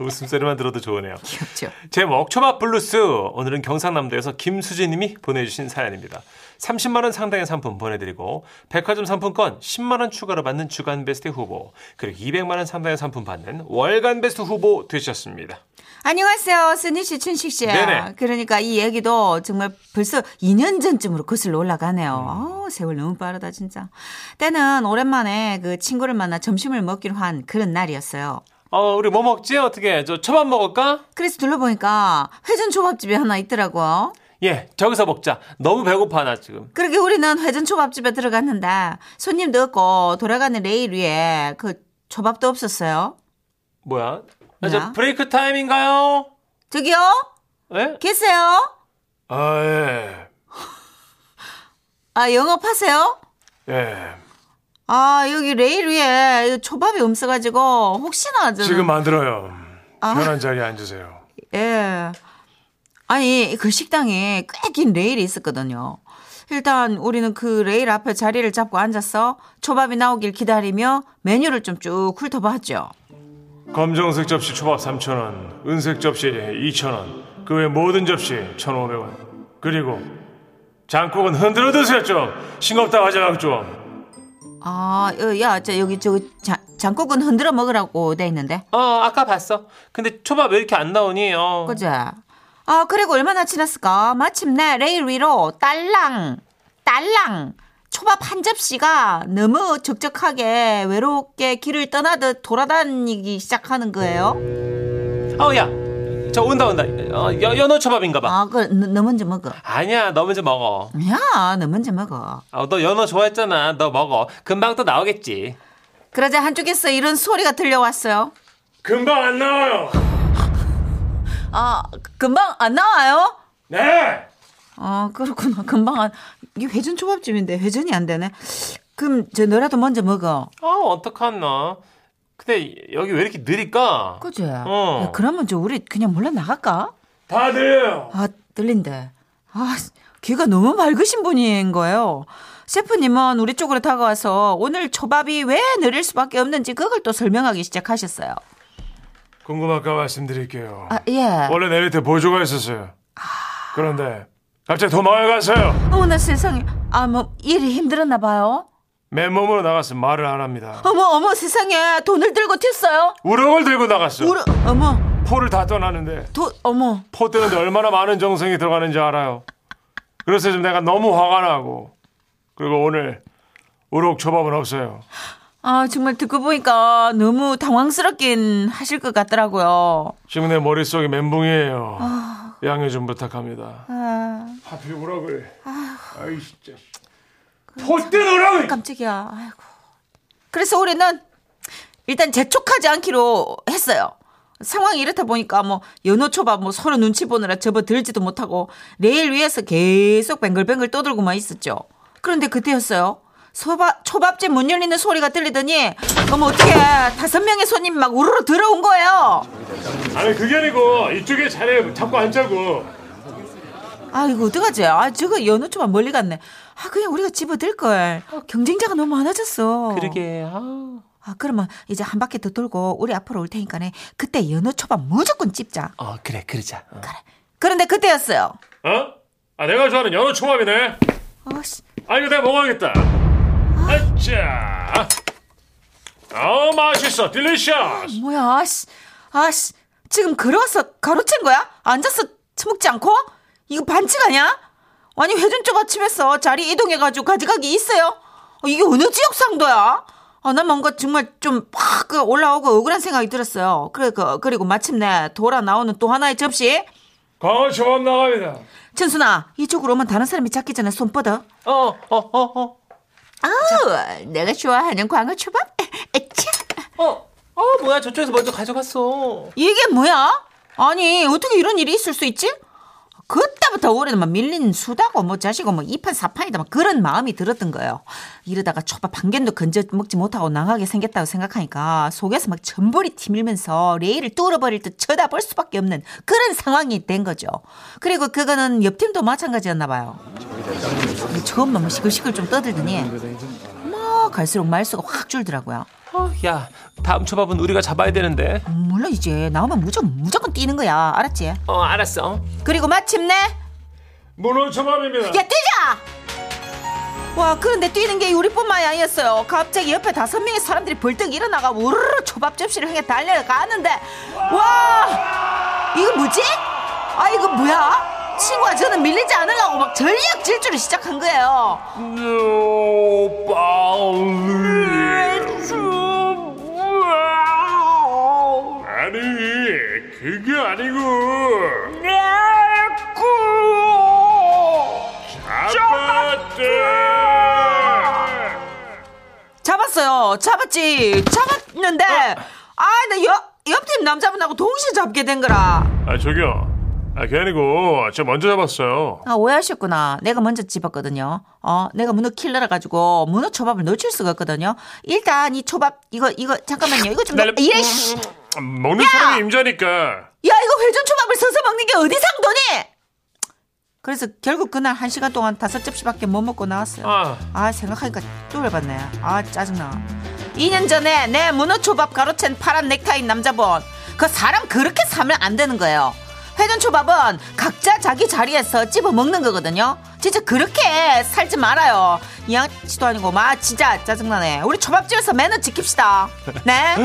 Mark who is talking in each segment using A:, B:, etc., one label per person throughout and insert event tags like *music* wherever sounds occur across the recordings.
A: 웃음소리만 들어도 좋으네요.
B: 귀엽죠.
A: 제 먹초밥 블루스 오늘은 경상남도에서 김수진님이 보내주신 사연입니다. 30만 원 상당의 상품 보내드리고 백화점 상품권 10만 원 추가로 받는 주간 베스트 후보 그리고 200만 원 상당의 상품 받는 월간 베스트 후보 되셨습니다.
B: 안녕하세요. 스니 씨, 춘식 씨.
A: 네네.
B: 그러니까 이 얘기도 정말 벌써 2년 전쯤으로 거슬러
A: 음.
B: 올라가네요. 아우, 세월 너무 빠르다, 진짜. 때는 오랜만에 그 친구를 만나 점심을 먹기로 한 그런 날이었어요.
A: 어 우리 뭐 먹지? 어떻게 저 초밥 먹을까?
B: 그래서 둘러보니까 회전 초밥집이 하나 있더라고요.
A: 예 저기서 먹자. 너무 배고파 나 지금.
B: 그러게 우리는 회전 초밥집에 들어갔는데 손님도 없고 돌아가는 레일 위에 그 초밥도 없었어요.
A: 뭐야? 아,
B: 뭐야?
A: 저 브레이크 타임인가요?
B: 저기요?
A: 예?
B: 계세요?
A: 아 예.
B: 아, 영업하세요?
A: 예.
B: 아, 여기 레일 위에 이거 초밥이 없어가지고 혹시나 저는-
A: 지금 만들어요.
B: 아.
A: 편한 자리에 앉으세요.
B: 예. 아니, 그 식당에 꽤 긴 레일이 있었거든요. 일단 우리는 그 레일 앞에 자리를 잡고 앉아서 초밥이 나오길 기다리며 메뉴를 좀 쭉 훑어봤죠.
A: 검정색 접시 초밥 3,000원, 은색 접시 2,000원, 그 외 모든 접시 1,500원. 그리고 장국은 흔들어 드세요 좀. 싱겁다 하지 말고 좀.
B: 아, 어, 야, 저 여기 저기 자- 장국은 흔들어 먹으라고 돼 있는데.
A: 어, 아까 봤어. 근데 초밥 왜 이렇게 안 나오니? 어.
B: 그죠? 아, 그리고 얼마나 지났을까? 마침내 레일 위로 딸랑, 딸랑, 초밥 한 접시가 너무 적적하게 외롭게 길을 떠나듯 돌아다니기 시작하는 거예요.
A: 어, 야. 저 온다 온다. 어, 여, 연어 초밥인가 봐.
B: 아, 그, 너, 너 먼저 먹어.
A: 아니야. 너 먼저 먹어.
B: 야, 너 먼저 먹어.
A: 어, 너 연어 좋아했잖아. 너 먹어. 금방 또 나오겠지.
B: 그러자 한쪽에서 이런 소리가 들려왔어요.
A: 금방 안 나와요.
B: 아, 금방 안 나와요?
A: 네.
B: 아, 그렇구나. 금방 안, 이게 회전 초밥집인데 회전이 안 되네. 그럼 저 너라도 먼저 먹어.
A: 아, 어떡하나. 근데 여기 왜 이렇게 느릴까?
B: 그지?
A: 어.
B: 야, 그러면 저 우리 그냥 몰라 나갈까?
A: 다 들려요.
B: 아, 들린대. 아, 귀가 너무 맑으신 분인 거예요. 셰프님은 우리 쪽으로 다가와서 오늘 초밥이 왜 느릴 수밖에 없는지 그걸 또 설명하기 시작하셨어요.
A: 궁금할까 말씀드릴게요.
B: 아, 예.
A: 원래 내 밑에 보조가 있었어요. 그런데 갑자기 도망가서요.
B: 어머나 세상에. 아, 뭐, 일이 힘들었나 봐요.
A: 맨몸으로 나갔으면 말을 안 합니다.
B: 어머, 어머 세상에. 돈을 들고 튀었어요.
A: 우럭을 들고 나갔어요.
B: 우르, 어머,
A: 포를 다 떠나는데
B: 도, 어머.
A: 포 뜨는데 얼마나 많은 정성이 들어가는지 알아요. 그래서 지금 내가 너무 화가 나고 그리고 오늘 우럭 초밥은 없어요.
B: 아, 정말 듣고 보니까 너무 당황스럽긴 하실 것 같더라고요.
A: 지금 내 머릿속이 멘붕이에요. 양해 좀 부탁합니다.
B: 아,
A: 하필 우럭을. 아이 진짜. 포뜬 우럭을.
B: 깜짝이야. 아이고. 그래서 올해는 일단 재촉하지 않기로 했어요. 상황이 이렇다 보니까 뭐 연어초밥 뭐 서로 눈치 보느라 접어들지도 못하고 레일 위에서 계속 뱅글뱅글 떠들고만 있었죠. 그런데 그때였어요. 소바, 초밥집 문 열리는 소리가 들리더니 어머 어떻게 다섯 명의 손님 막 우르르 들어온 거예요.
A: 아니 그게 아니고 이쪽에 자리에 잡고 앉자고.
B: 아 이거 어떡하지? 아 저거 연어초밥 멀리 갔네. 아 그냥 우리가 집어들 걸. 경쟁자가 너무 많아졌어.
A: 그러게 아.
B: 아, 그러면 이제 한 바퀴 더 돌고 우리 앞으로 올 테니까네. 그때 연어 초밥 무조건 찝자.
A: 어 그래 그러자.
B: 그런데 그때였어요.
A: 어? 아 내가 좋아하는 연어 초밥이네.
B: 어씨.
A: 아 이거 내가 먹어야겠다. 아자. 아 맛있어, 딜리셔스.
B: 뭐야, 아씨. 아씨. 지금 걸어서 가로챈 거야? 앉아서 처먹지 않고? 이거 반칙 아니야? 아니, 회전 초밥집에서 자리 이동해가지고 가져가기 있어요? 어, 이게 어느 지역 상도야? 아, 난 뭔가 정말 좀팍 그 올라오고 억울한 생각이 들었어요. 그래, 그, 그리고 마침내 돌아 나오는 또 하나의 접시.
A: 광어 초밥 나갑니다.
B: 천순아, 이쪽으로 오면 다른 사람이 잡기 전에 손 뻗어.
A: 어 어 어 어. 어,
B: 아우, 내가 좋아하는 광어 초밥. 에차.
A: 어. 어, 뭐야 저쪽에서 먼저 가져갔어.
B: 이게 뭐야? 아니 어떻게 이런 일이 있을 수 있지? 그때부터 올해는 막 밀린 수다고 뭐 자시고 뭐 이판 사판이다 막 그런 마음이 들었던 거예요. 이러다가 초밥 한 견도 건져 먹지 못하고 나가게 생겼다고 생각하니까 속에서 막 전벌이 티밀면서 레일을 뚫어버릴 듯 쳐다볼 수밖에 없는 그런 상황이 된 거죠. 그리고 그거는 옆 팀도 마찬가지였나 봐요. 처음만 뭐 시끌시끌 좀 떠들더니 막 갈수록 말수가 확 줄더라고요.
A: 어, 야, 다음 초밥은 우리가 잡아야 되는데.
B: 몰라 이제 나오면 무조건 무조건 뛰는 거야 알았지?
A: 어, 알았어.
B: 그리고 마침내
A: 문어 초밥입니다.
B: 야 뛰자! 와 그런데 뛰는 게 우리뿐만이 아니었어요 갑자기 옆에 다섯 명의 사람들이 벌떡 일어나가 우르르 초밥 접시를 향해 달려가는데 와 이거 뭐지? 아 이거 뭐야? 친구가 저는 밀리지 않으려고 막 전력 질주를 시작한 거예요
A: 오빠.
C: 아니 그게 아니고 잡았대
B: 잡았어요. 잡았지. 잡았는데 아 나 옆 옆팀 남자분하고 동시에 잡게 된 거라.
C: 아 저기요 아 그게 아니고 저 먼저 잡았어요
B: 아 오해하셨구나. 내가 먼저 집었거든요. 어, 내가 문어 킬러라 가지고 문어 초밥을 놓칠 수가 없거든요. 일단 이 초밥 이거 이거 잠깐만요. 이거 좀
C: 날려-
B: 이래. 씨.
C: 아, 먹는 사람이 임자니까
B: 야 이거 회전 초밥을 서서 먹는 게 어디 상도니? 그래서 결국 그날 한 시간 동안 다섯 접시밖에 못 먹고 나왔어요.
A: 아.
B: 아 생각하니까 쫄려봤네 아 짜증나 2년 전에 내 문어초밥 가로챈 파란 넥타인 남자분 그 사람 그렇게 사면 안 되는 거예요 회전초밥은 각자 자기 자리에서 찝어 먹는 거거든요 진짜 그렇게 살지 말아요 이 양치도 아니고 마 진짜 짜증나네 우리 초밥집에서 매너 지킵시다 네?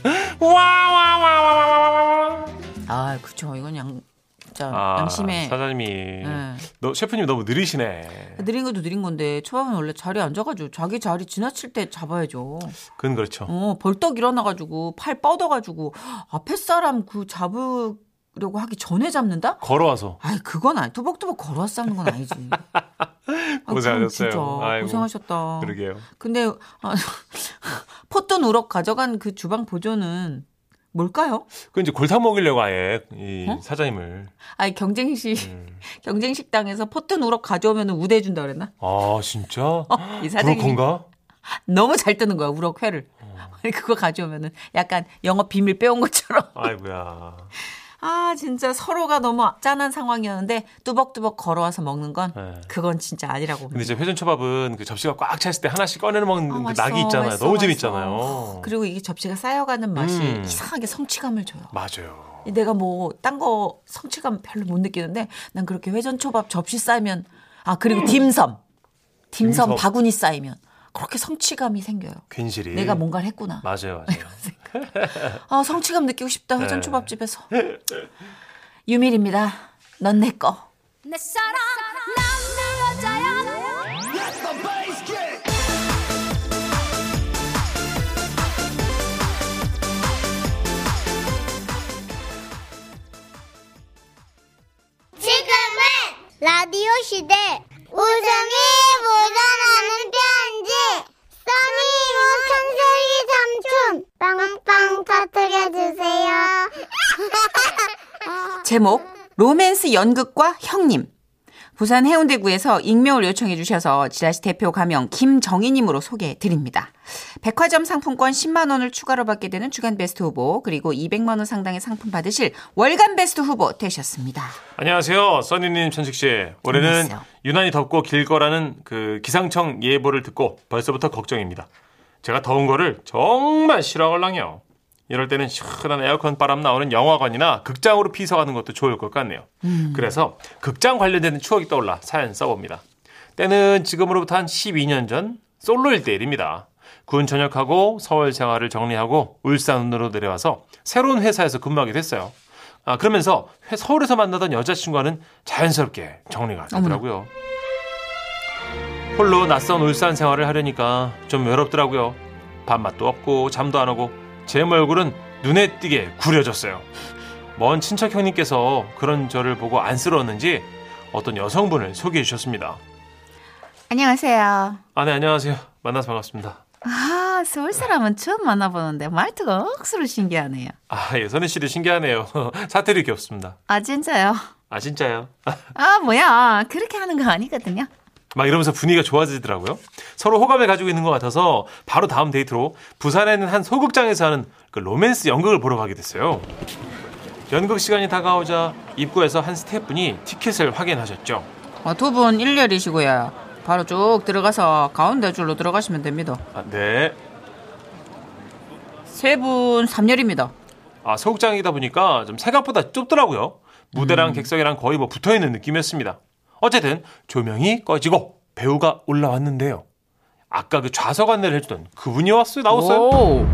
A: *laughs* 와와와와와와.
B: 아 그쵸 이건 양 진짜
A: 아,
B: 양심에 네. 예.
A: 사장님이 너 셰프님 너무 느리시네.
B: 느린 것도 느린 건데 초밥은 원래 자리에 앉아가지고 자기 자리 지나칠 때 잡아야죠
A: 그건 그렇죠.
B: 어, 벌떡 일어나가지고 팔 뻗어가지고 앞에 사람 그 잡으려고 하기 전에 잡는다?
A: 걸어와서
B: 아이 그건 아니 투벅투벅 걸어 싸는 건 아니지. 아,
A: 고생하셨어요.
B: 참 진짜
A: 아이고,
B: 고생하셨다.
A: 그러게요.
B: 근데 아, *laughs* 포돈 우럭 가져간 그 주방 보조는 뭘까요?
A: 그 이제 골탕 먹이려고 아예 이
B: 어?
A: 사장님을.
B: 아니 경쟁식
A: 음.
B: *laughs* 경쟁 식당에서 포돈 우럭 가져오면 우대해 준다 그랬나? 어,
A: 아 진짜? *gasps*
B: 이
A: 그럴
B: 사장님
A: 건가? 어.
B: 너무 잘 뜨는 거야 우럭 회를. *laughs* 아니 그거 가져오면은 약간 영업 비밀 빼온 것처럼.
A: 아이고야.
B: 아 진짜 서로가 너무 짠한 상황이었는데 뚜벅뚜벅 걸어와서 먹는 건
A: 네.
B: 그건 진짜 아니라고
A: 근데 이제 회전 초밥은 그 접시가 꽉 찼을 때 하나씩 꺼내 먹는
B: 아,
A: 그
B: 맛있어,
A: 낙이 있잖아요.
B: 맛있어,
A: 너무
B: 맛있어.
A: 재밌잖아요.
B: 그리고 이게 접시가 쌓여가는 맛이
A: 음.
B: 이상하게 성취감을 줘요
A: 맞아요.
B: 내가 뭐 딴 거 성취감 별로 못 느끼는데 난 그렇게 회전초밥 접시 쌓이면 아 그리고 딤섬 딤섬
A: 음. 딤섬. 음.
B: 바구니 쌓이면 그렇게 성취감이 생겨요
A: 괜시리.
B: 내가 뭔가를 했구나
A: 맞아요, 맞아요.
B: 아 성취감 느끼고 싶다
A: 네.
B: 회전초밥집에서 유밀입니다 넌 내꺼
D: 내 사랑 남는 여자야
E: 지금은 라디오 시대 웃음이 묻어나는 편지 써니 우천세기 삼촌 빵빵 터뜨려주세요
B: 제목 로맨스 연극과 형님 부산 해운대구에서 익명을 요청해 주셔서 지라시 대표 가명 김정희님으로 소개해 드립니다. 백화점 상품권 10만 원을 추가로 받게 되는 주간 베스트 후보 그리고 200만 원 상당의 상품 받으실 월간 베스트 후보 되셨습니다.
A: 안녕하세요, 써니님, 천식 씨. 올해는
B: 안녕하세요.
A: 유난히 덥고 길 거라는 그 기상청 예보를 듣고 벌써부터 걱정입니다. 제가 더운 거를 정말 싫어하걸랑요. 이럴 때는 시원한 에어컨 바람 나오는 영화관이나 극장으로 피서가는 것도 좋을 것 같네요.
B: 음.
A: 그래서 극장 관련된 추억이 떠올라 사연 써봅니다. 때는 지금으로부터 한 12년 전 솔로일 때 일입니다. 군 전역하고 서울 생활을 정리하고 울산으로 내려와서 새로운 회사에서 근무하게 됐어요. 아, 그러면서 회- 서울에서 만나던 여자친구와는 자연스럽게 정리가 되더라고요. 홀로 낯선 울산 생활을 하려니까 좀 외롭더라고요. 밥맛도 없고 잠도 안 오고 제 얼굴은 눈에 띄게 구려졌어요. 먼 친척 형님께서 그런 저를 보고 안쓰러웠는지 어떤 여성분을 소개해 주셨습니다.
B: 안녕하세요.
A: 아, 네, 안녕하세요. 만나서 반갑습니다.
B: 아 서울 사람은 처음 만나보는데 말투가 억수로 신기하네요.
A: 아, 예, 선희 씨도 신기하네요. *laughs* 사투리 귀엽습니다.
B: 아 진짜요?
A: 아, 진짜요?
B: 아 뭐야 그렇게 하는 거 아니거든요.
A: *laughs* 막 이러면서 분위기가 좋아지더라고요. 서로 호감을 가지고 있는 것 같아서 바로 다음 데이트로 부산에 있는 한 소극장에서 하는 그 로맨스 연극을 보러 가게 됐어요. 연극 시간이 다가오자 입구에서 한 스태프분이 티켓을 확인하셨죠.
B: 어, 두 분 일렬이시고요. 바로 쭉 들어가서 가운데 줄로 들어가시면 됩니다.
A: 아, 네.
B: 세 분 삼열입니다.
A: 아, 소극장이다 보니까 좀 생각보다 좁더라고요. 무대랑 객석이랑 거의 뭐 붙어 있는 느낌이었습니다. 어쨌든 조명이 꺼지고 배우가 올라왔는데요. 아까 그 좌석 안내를 해주던 그분이 왔어요. 나왔어요.
B: 오.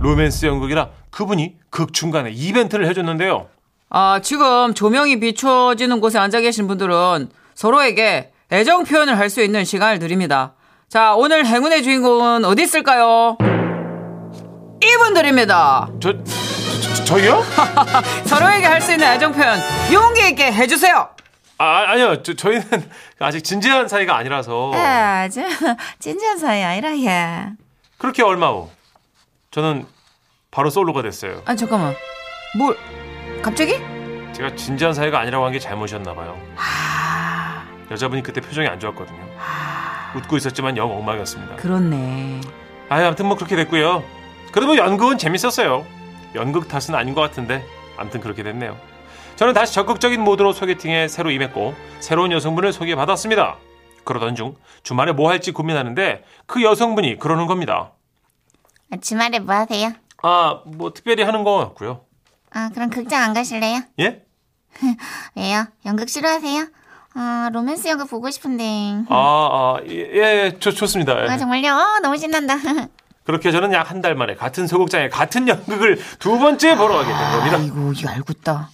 A: 로맨스 연극이라 그분이 극 중간에 이벤트를 해줬는데요.
B: 아, 지금 조명이 비춰지는 곳에 앉아 계신 분들은 서로에게 애정 표현을 할 수 있는 시간을 드립니다. 자, 오늘 행운의 주인공은 어디 있을까요? 이분들입니다.
A: 저, 저, 저- 저기요?
B: 서로에게 할 수 있는 애정 표현 용기 있게 해주세요.
A: 아, 아니요. 저, 저희는 *laughs* 아직 진지한 사이가 아니라서.
B: 저 *laughs* 진지한 사이 아니라 예.
A: 그렇게 얼마 후 저는 바로 솔로가 됐어요.
B: 아니 잠깐만, 뭘 갑자기?
A: 제가 진지한 사이가 아니라고 한 게 잘못이었나 봐요. 여자분이 그때 표정이 안 좋았거든요. 웃고 있었지만 영 엉망이었습니다.
B: 그렇네.
A: 아, 아무튼 뭐 그렇게 됐고요. 그래도 뭐 연극은 재밌었어요. 연극 탓은 아닌 것 같은데 아무튼 그렇게 됐네요. 저는 다시 적극적인 모드로 소개팅에 새로 임했고 새로운 여성분을 소개받았습니다. 그러던 중 주말에 뭐 할지 고민하는데 그 여성분이 그러는 겁니다.
E: 아, 주말에 뭐 하세요?
A: 아, 뭐 특별히 하는 거 같고요.
E: 아, 그럼 극장 안 가실래요?
A: 예?
E: 왜요? 연극 싫어하세요? 아, 로맨스 연극 보고 싶은데.
A: 아, 아 예, 예, 좋, 좋습니다. 예.
E: 아, 정말요? 어, 너무 신난다. *laughs*
A: 그렇게 저는 약 한 달 만에 같은 소극장에 같은 연극을 두 번째 보러 가게 된 겁니다.
B: 아이고 이거 알고 있다.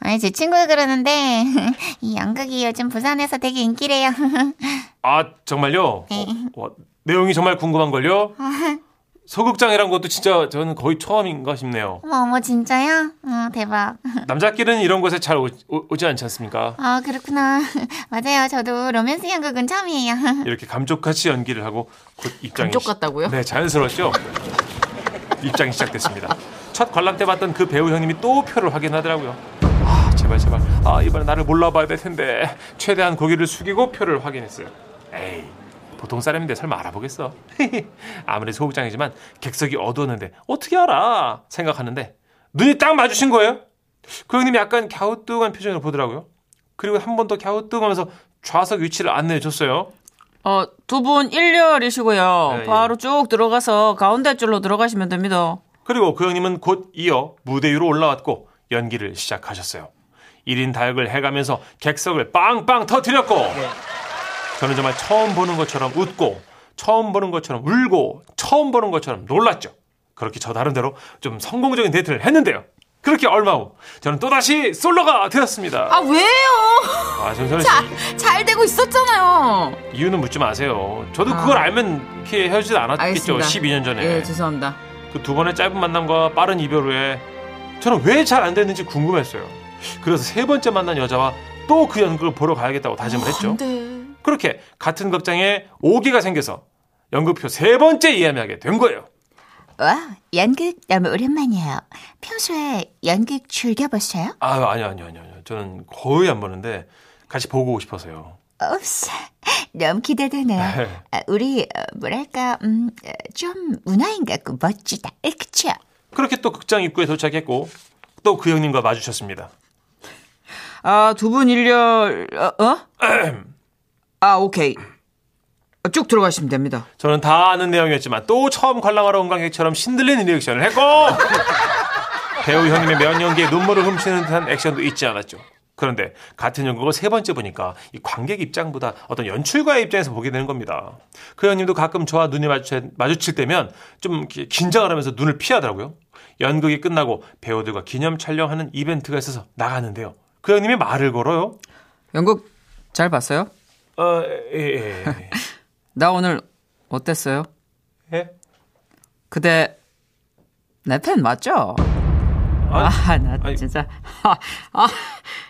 E: 아니, 제 친구가 그러는데, *laughs* 이 연극이 요즘 부산에서 되게 인기래요. *laughs*
A: 아 정말요?
B: 네.
A: 어, 와, 내용이 정말 궁금한 걸요. 소극장이란 것도 진짜 저는 거의 처음인가 싶네요.
E: 어머, 어머, 진짜요? 어, 대박.
A: 남자끼리는 이런 곳에 잘 오, 지 않지 않습니까?
E: 아, 그렇구나. *laughs* 맞아요. 저도 로맨스 연극은 처음이에요. *laughs*
A: 이렇게 감쪽같이 연기를 하고 곧 입장이
B: 감쪽 같다고요?
A: 네 자연스러웠죠. 입장이 시작됐습니다. 첫 관람 때 봤던 그 배우 형님이 또 표를 확인하더라고요. 아 제발 제발 아 이번에 나를 몰라봐야 될 텐데 최대한 고개를 숙이고 표를 확인했어요. 에이 보통 사람인데 설마 알아보겠어? *laughs* 아무리 소극장이지만 객석이 어두웠는데 어떻게 알아? 생각하는데 눈이 딱 마주친 거예요. 그 형님이 약간 갸우뚱한 표정을 보더라고요. 그리고 한 번 더 갸우뚱하면서 좌석 위치를 안내해 줬어요.
B: 어, 두 분 일렬이시고요
A: 예, 예.
B: 바로 쭉 들어가서 가운데 줄로 들어가시면 됩니다.
A: 그리고 그 형님은 곧 이어 무대 위로 올라왔고 연기를 시작하셨어요. 1인 다역을 해가면서 객석을 빵빵 터뜨렸고
B: 네.
A: 저는 정말 처음 보는 것처럼 웃고 처음 보는 것처럼 울고 처음 보는 것처럼 놀랐죠. 그렇게 저 나름대로 좀 성공적인 데이트를 했는데요. 그렇게 얼마 후 저는 또다시 솔로가 되었습니다.
B: 아 왜요?
A: 아, 정선우 씨
B: *laughs* 잘 되고 있었잖아요.
A: 이유는 묻지 마세요. 저도
B: 아.
A: 그걸 알면 이렇게 헤어지지 않았겠죠.
B: 알겠습니다.
A: 아, 12년 전에.
B: 예, 죄송합니다.
A: 그 두 번의 짧은 만남과 빠른 이별 후에 저는 왜 잘 안 됐는지 궁금했어요. 그래서 세 번째 만난 여자와 또 그 연극을 보러 가야겠다고 다짐을 했죠.
B: 안돼.
A: 그렇게 같은 극장에 5기가 생겨서 연극표 세 번째 예매하게 된 거예요.
E: 와, 연극 너무 오랜만이에요. 평소에 연극 즐겨보셔요?
A: 아유, 아니요, 아니요, 아니요. 아니요. 저는 거의 안 보는데 같이 보고 오고 싶어서요.
E: 없어. *laughs* 너무 기대되네요. 아, 우리 어, 뭐랄까 음, 어, 좀 문화인 같고 멋지다. 에, 그쵸?
A: 그렇게 또 극장 입구에 도착했고 또 그 형님과 마주쳤습니다.
B: 아 두 분 일렬 어? 어?
A: *clears throat*
B: 아 오케이. 어, 쭉 들어가시면 됩니다.
A: 저는 다 아는 내용이었지만 또 처음 관람하러 온 관객처럼 신들린 리액션을 했고 *laughs* 배우 형님의 면 연기에 눈물을 훔치는 듯한 액션도 잊지 않았죠. 그런데 같은 연극을 세 번째 보니까 이 관객 입장보다 어떤 연출가의 입장에서 보게 되는 겁니다. 그 형님도 가끔 저와 눈이 마주치- 마주칠 때면 좀 이렇게 긴장을 하면서 눈을 피하더라고요. 연극이 끝나고 배우들과 기념 촬영하는 이벤트가 있어서 나가는데요. 그 형님이 말을 걸어요.
B: 연극 잘 봤어요?
A: 어, 예, 예, 예.
B: 나 오늘 어땠어요?
A: 예?
B: 그대 내 팬 맞죠?
A: 아,
B: 아 나
A: 아니.
B: 진짜 *laughs* 아, 아,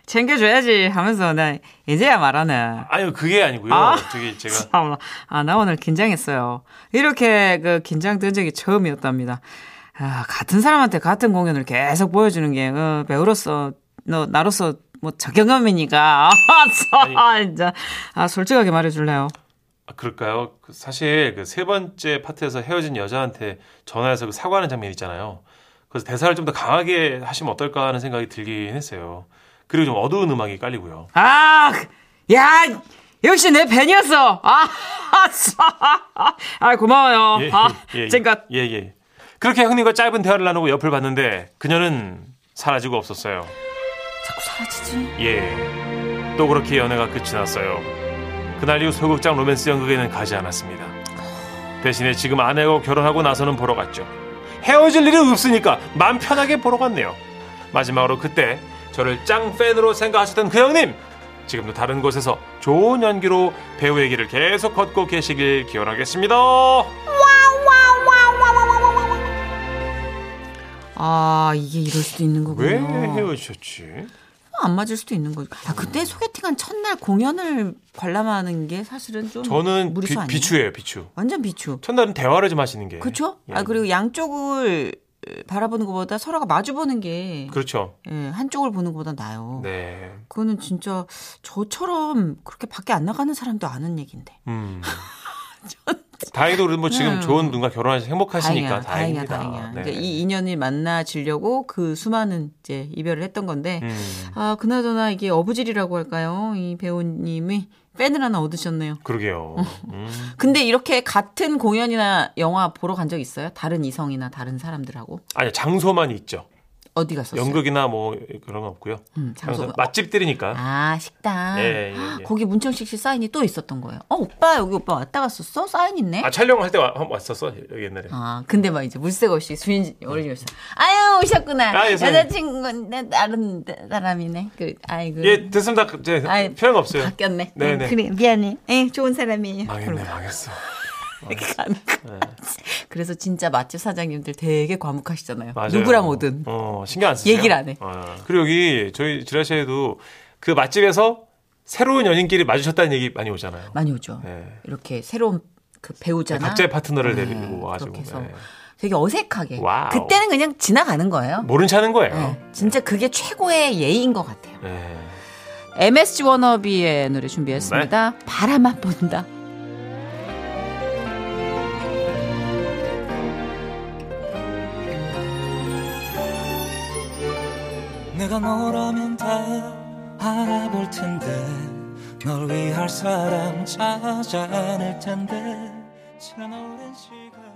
B: 챙겨줘야지 하면서 나 이제야 말하네.
A: 아니요, 그게 아니고요.
B: 아.
A: 저기 제가
B: 참나. 아, 나 오늘 긴장했어요. 이렇게 그 긴장된 적이 처음이었답니다. 아, 같은 사람한테 같은 공연을 계속 보여주는 게 어, 배우로서, 너, 나로서 뭐 적경험이니까. *laughs* 아, 진짜. 아, 솔직하게 말해줄래요?
A: 아, 그럴까요? 그 사실 그 세 번째 파트에서 헤어진 여자한테 전화해서 그 사과하는 장면 있잖아요. 그래서 대사를 좀 더 강하게 하시면 어떨까 하는 생각이 들긴 했어요. 그리고 좀 어두운 음악이 깔리고요.
B: 아, 야, 역시 내 팬이었어. 아, 아, 아 고마워요.
A: 예,
B: 아,
A: 예, 예,
B: 지금껏
A: 예, 예. 그렇게 형님과 짧은 대화를 나누고 옆을 봤는데 그녀는 사라지고 없었어요.
B: 자꾸 사라지지.
A: 예. 또 그렇게 연애가 끝이 났어요. 그날 이후 소극장 로맨스 연극에는 가지 않았습니다. 대신에 지금 아내하고 결혼하고 나서는 보러 갔죠. 헤어질 일은 없으니까 마음 편하게 보러 갔네요. 마지막으로 그때 저를 짱 팬으로 생각하셨던 그 형님! 지금도 다른 곳에서 좋은 연기로 배우의 길을 계속 걷고 계시길 기원하겠습니다.
B: 아 이게 이럴 수도 있는 거군요.
A: 왜 헤어지셨지?
B: 안 맞을 수도 있는 거죠. 아 그때 소개팅한 첫날 공연을 관람하는 게 사실은 좀
A: 저는
B: 무리수
A: 비,
B: 아니에요?
A: 비추예요, 비추.
B: 완전 비추.
A: 첫날은 대화를 좀 하시는 게.
B: 그렇죠?
A: 예.
B: 아 그리고 양쪽을 바라보는 것보다 서로가 마주 보는 게
A: 그렇죠.
B: 예, 한쪽을 보는 것보다 나요.
A: 네.
B: 그거는 진짜 저처럼 그렇게 밖에 안 나가는 사람도 아는 얘기인데. *laughs*
A: 음. 다행히도 우리 뭐 지금
B: 네.
A: 좋은 분과 결혼하셔서 행복하시니까 다행이다. 네.
B: 다행이야. 그러니까 이 인연이 만나지려고 그 수많은 이제 이별을 했던 건데
A: 음,
B: 아 그나저나 이게 어부질이라고 할까요? 이 배우님이 팬을 하나 얻으셨네요.
A: 그러게요. 음.
B: 근데 이렇게 같은 공연이나 영화 보러 간 적 있어요? 다른 이성이나 다른 사람들하고
A: 아니 장소만 있죠.
B: 어디 갔었어요?
A: 연극이나 뭐 그런 거 없고요.
B: 음, 장소.
A: 장소 맛집들이니까.
B: 아 식당. 아,
A: 예, 예, 예.
B: 거기 문청식 씨 사인이 또 있었던 거예요. 어 오빠 여기 오빠 왔다 갔었어? 사인 있네.
A: 아 촬영할 때 와- 왔었어 여기 옛날에.
B: 아, 근데 막 이제 물색 없이 수인 어린이집에서 아유 오셨구나.
A: 아, 예, 선생님.
B: 여자친구인데 다른 사람이네. 그 아이고.
A: 예 됐습니다. 그, 이제
B: 아이,
A: 표현 없어요.
B: 바뀌었네. 음,
A: 네네.
E: 그래 미안해.
B: 예, 좋은 사람이에요.
A: 망했네 망했어. 네.
B: 그래서 진짜 맛집 사장님들 되게 과묵하시잖아요.
A: 맞아요.
B: 누구랑 오든.
A: 어 신경 안 쓰세요.
B: 얘기를 안 해.
A: 어. 그리고 여기 저희 지라시에도 그 맛집에서 새로운 연인끼리 마주쳤다는 얘기 많이 오잖아요.
B: 많이 오죠.
A: 네.
B: 이렇게 새로운 그 배우자나
A: 각자의 파트너를 데리고
B: 네,
A: 네, 와가지고.
B: 그렇게 해서
A: 네.
B: 되게 어색하게.
A: 와우.
B: 그때는 그냥 지나가는 거예요.
A: 모른 차는 거예요.
B: 네, 진짜 그게 최고의 예의인 것 같아요.
A: 네.
B: MSG 워너비의 노래 준비했습니다.
A: 네.
B: 바라만 본다.
D: 내가 뭐라면 다 알아볼 텐데 널 위할 사람 찾아 않을 텐데 지난 오랜 시간 그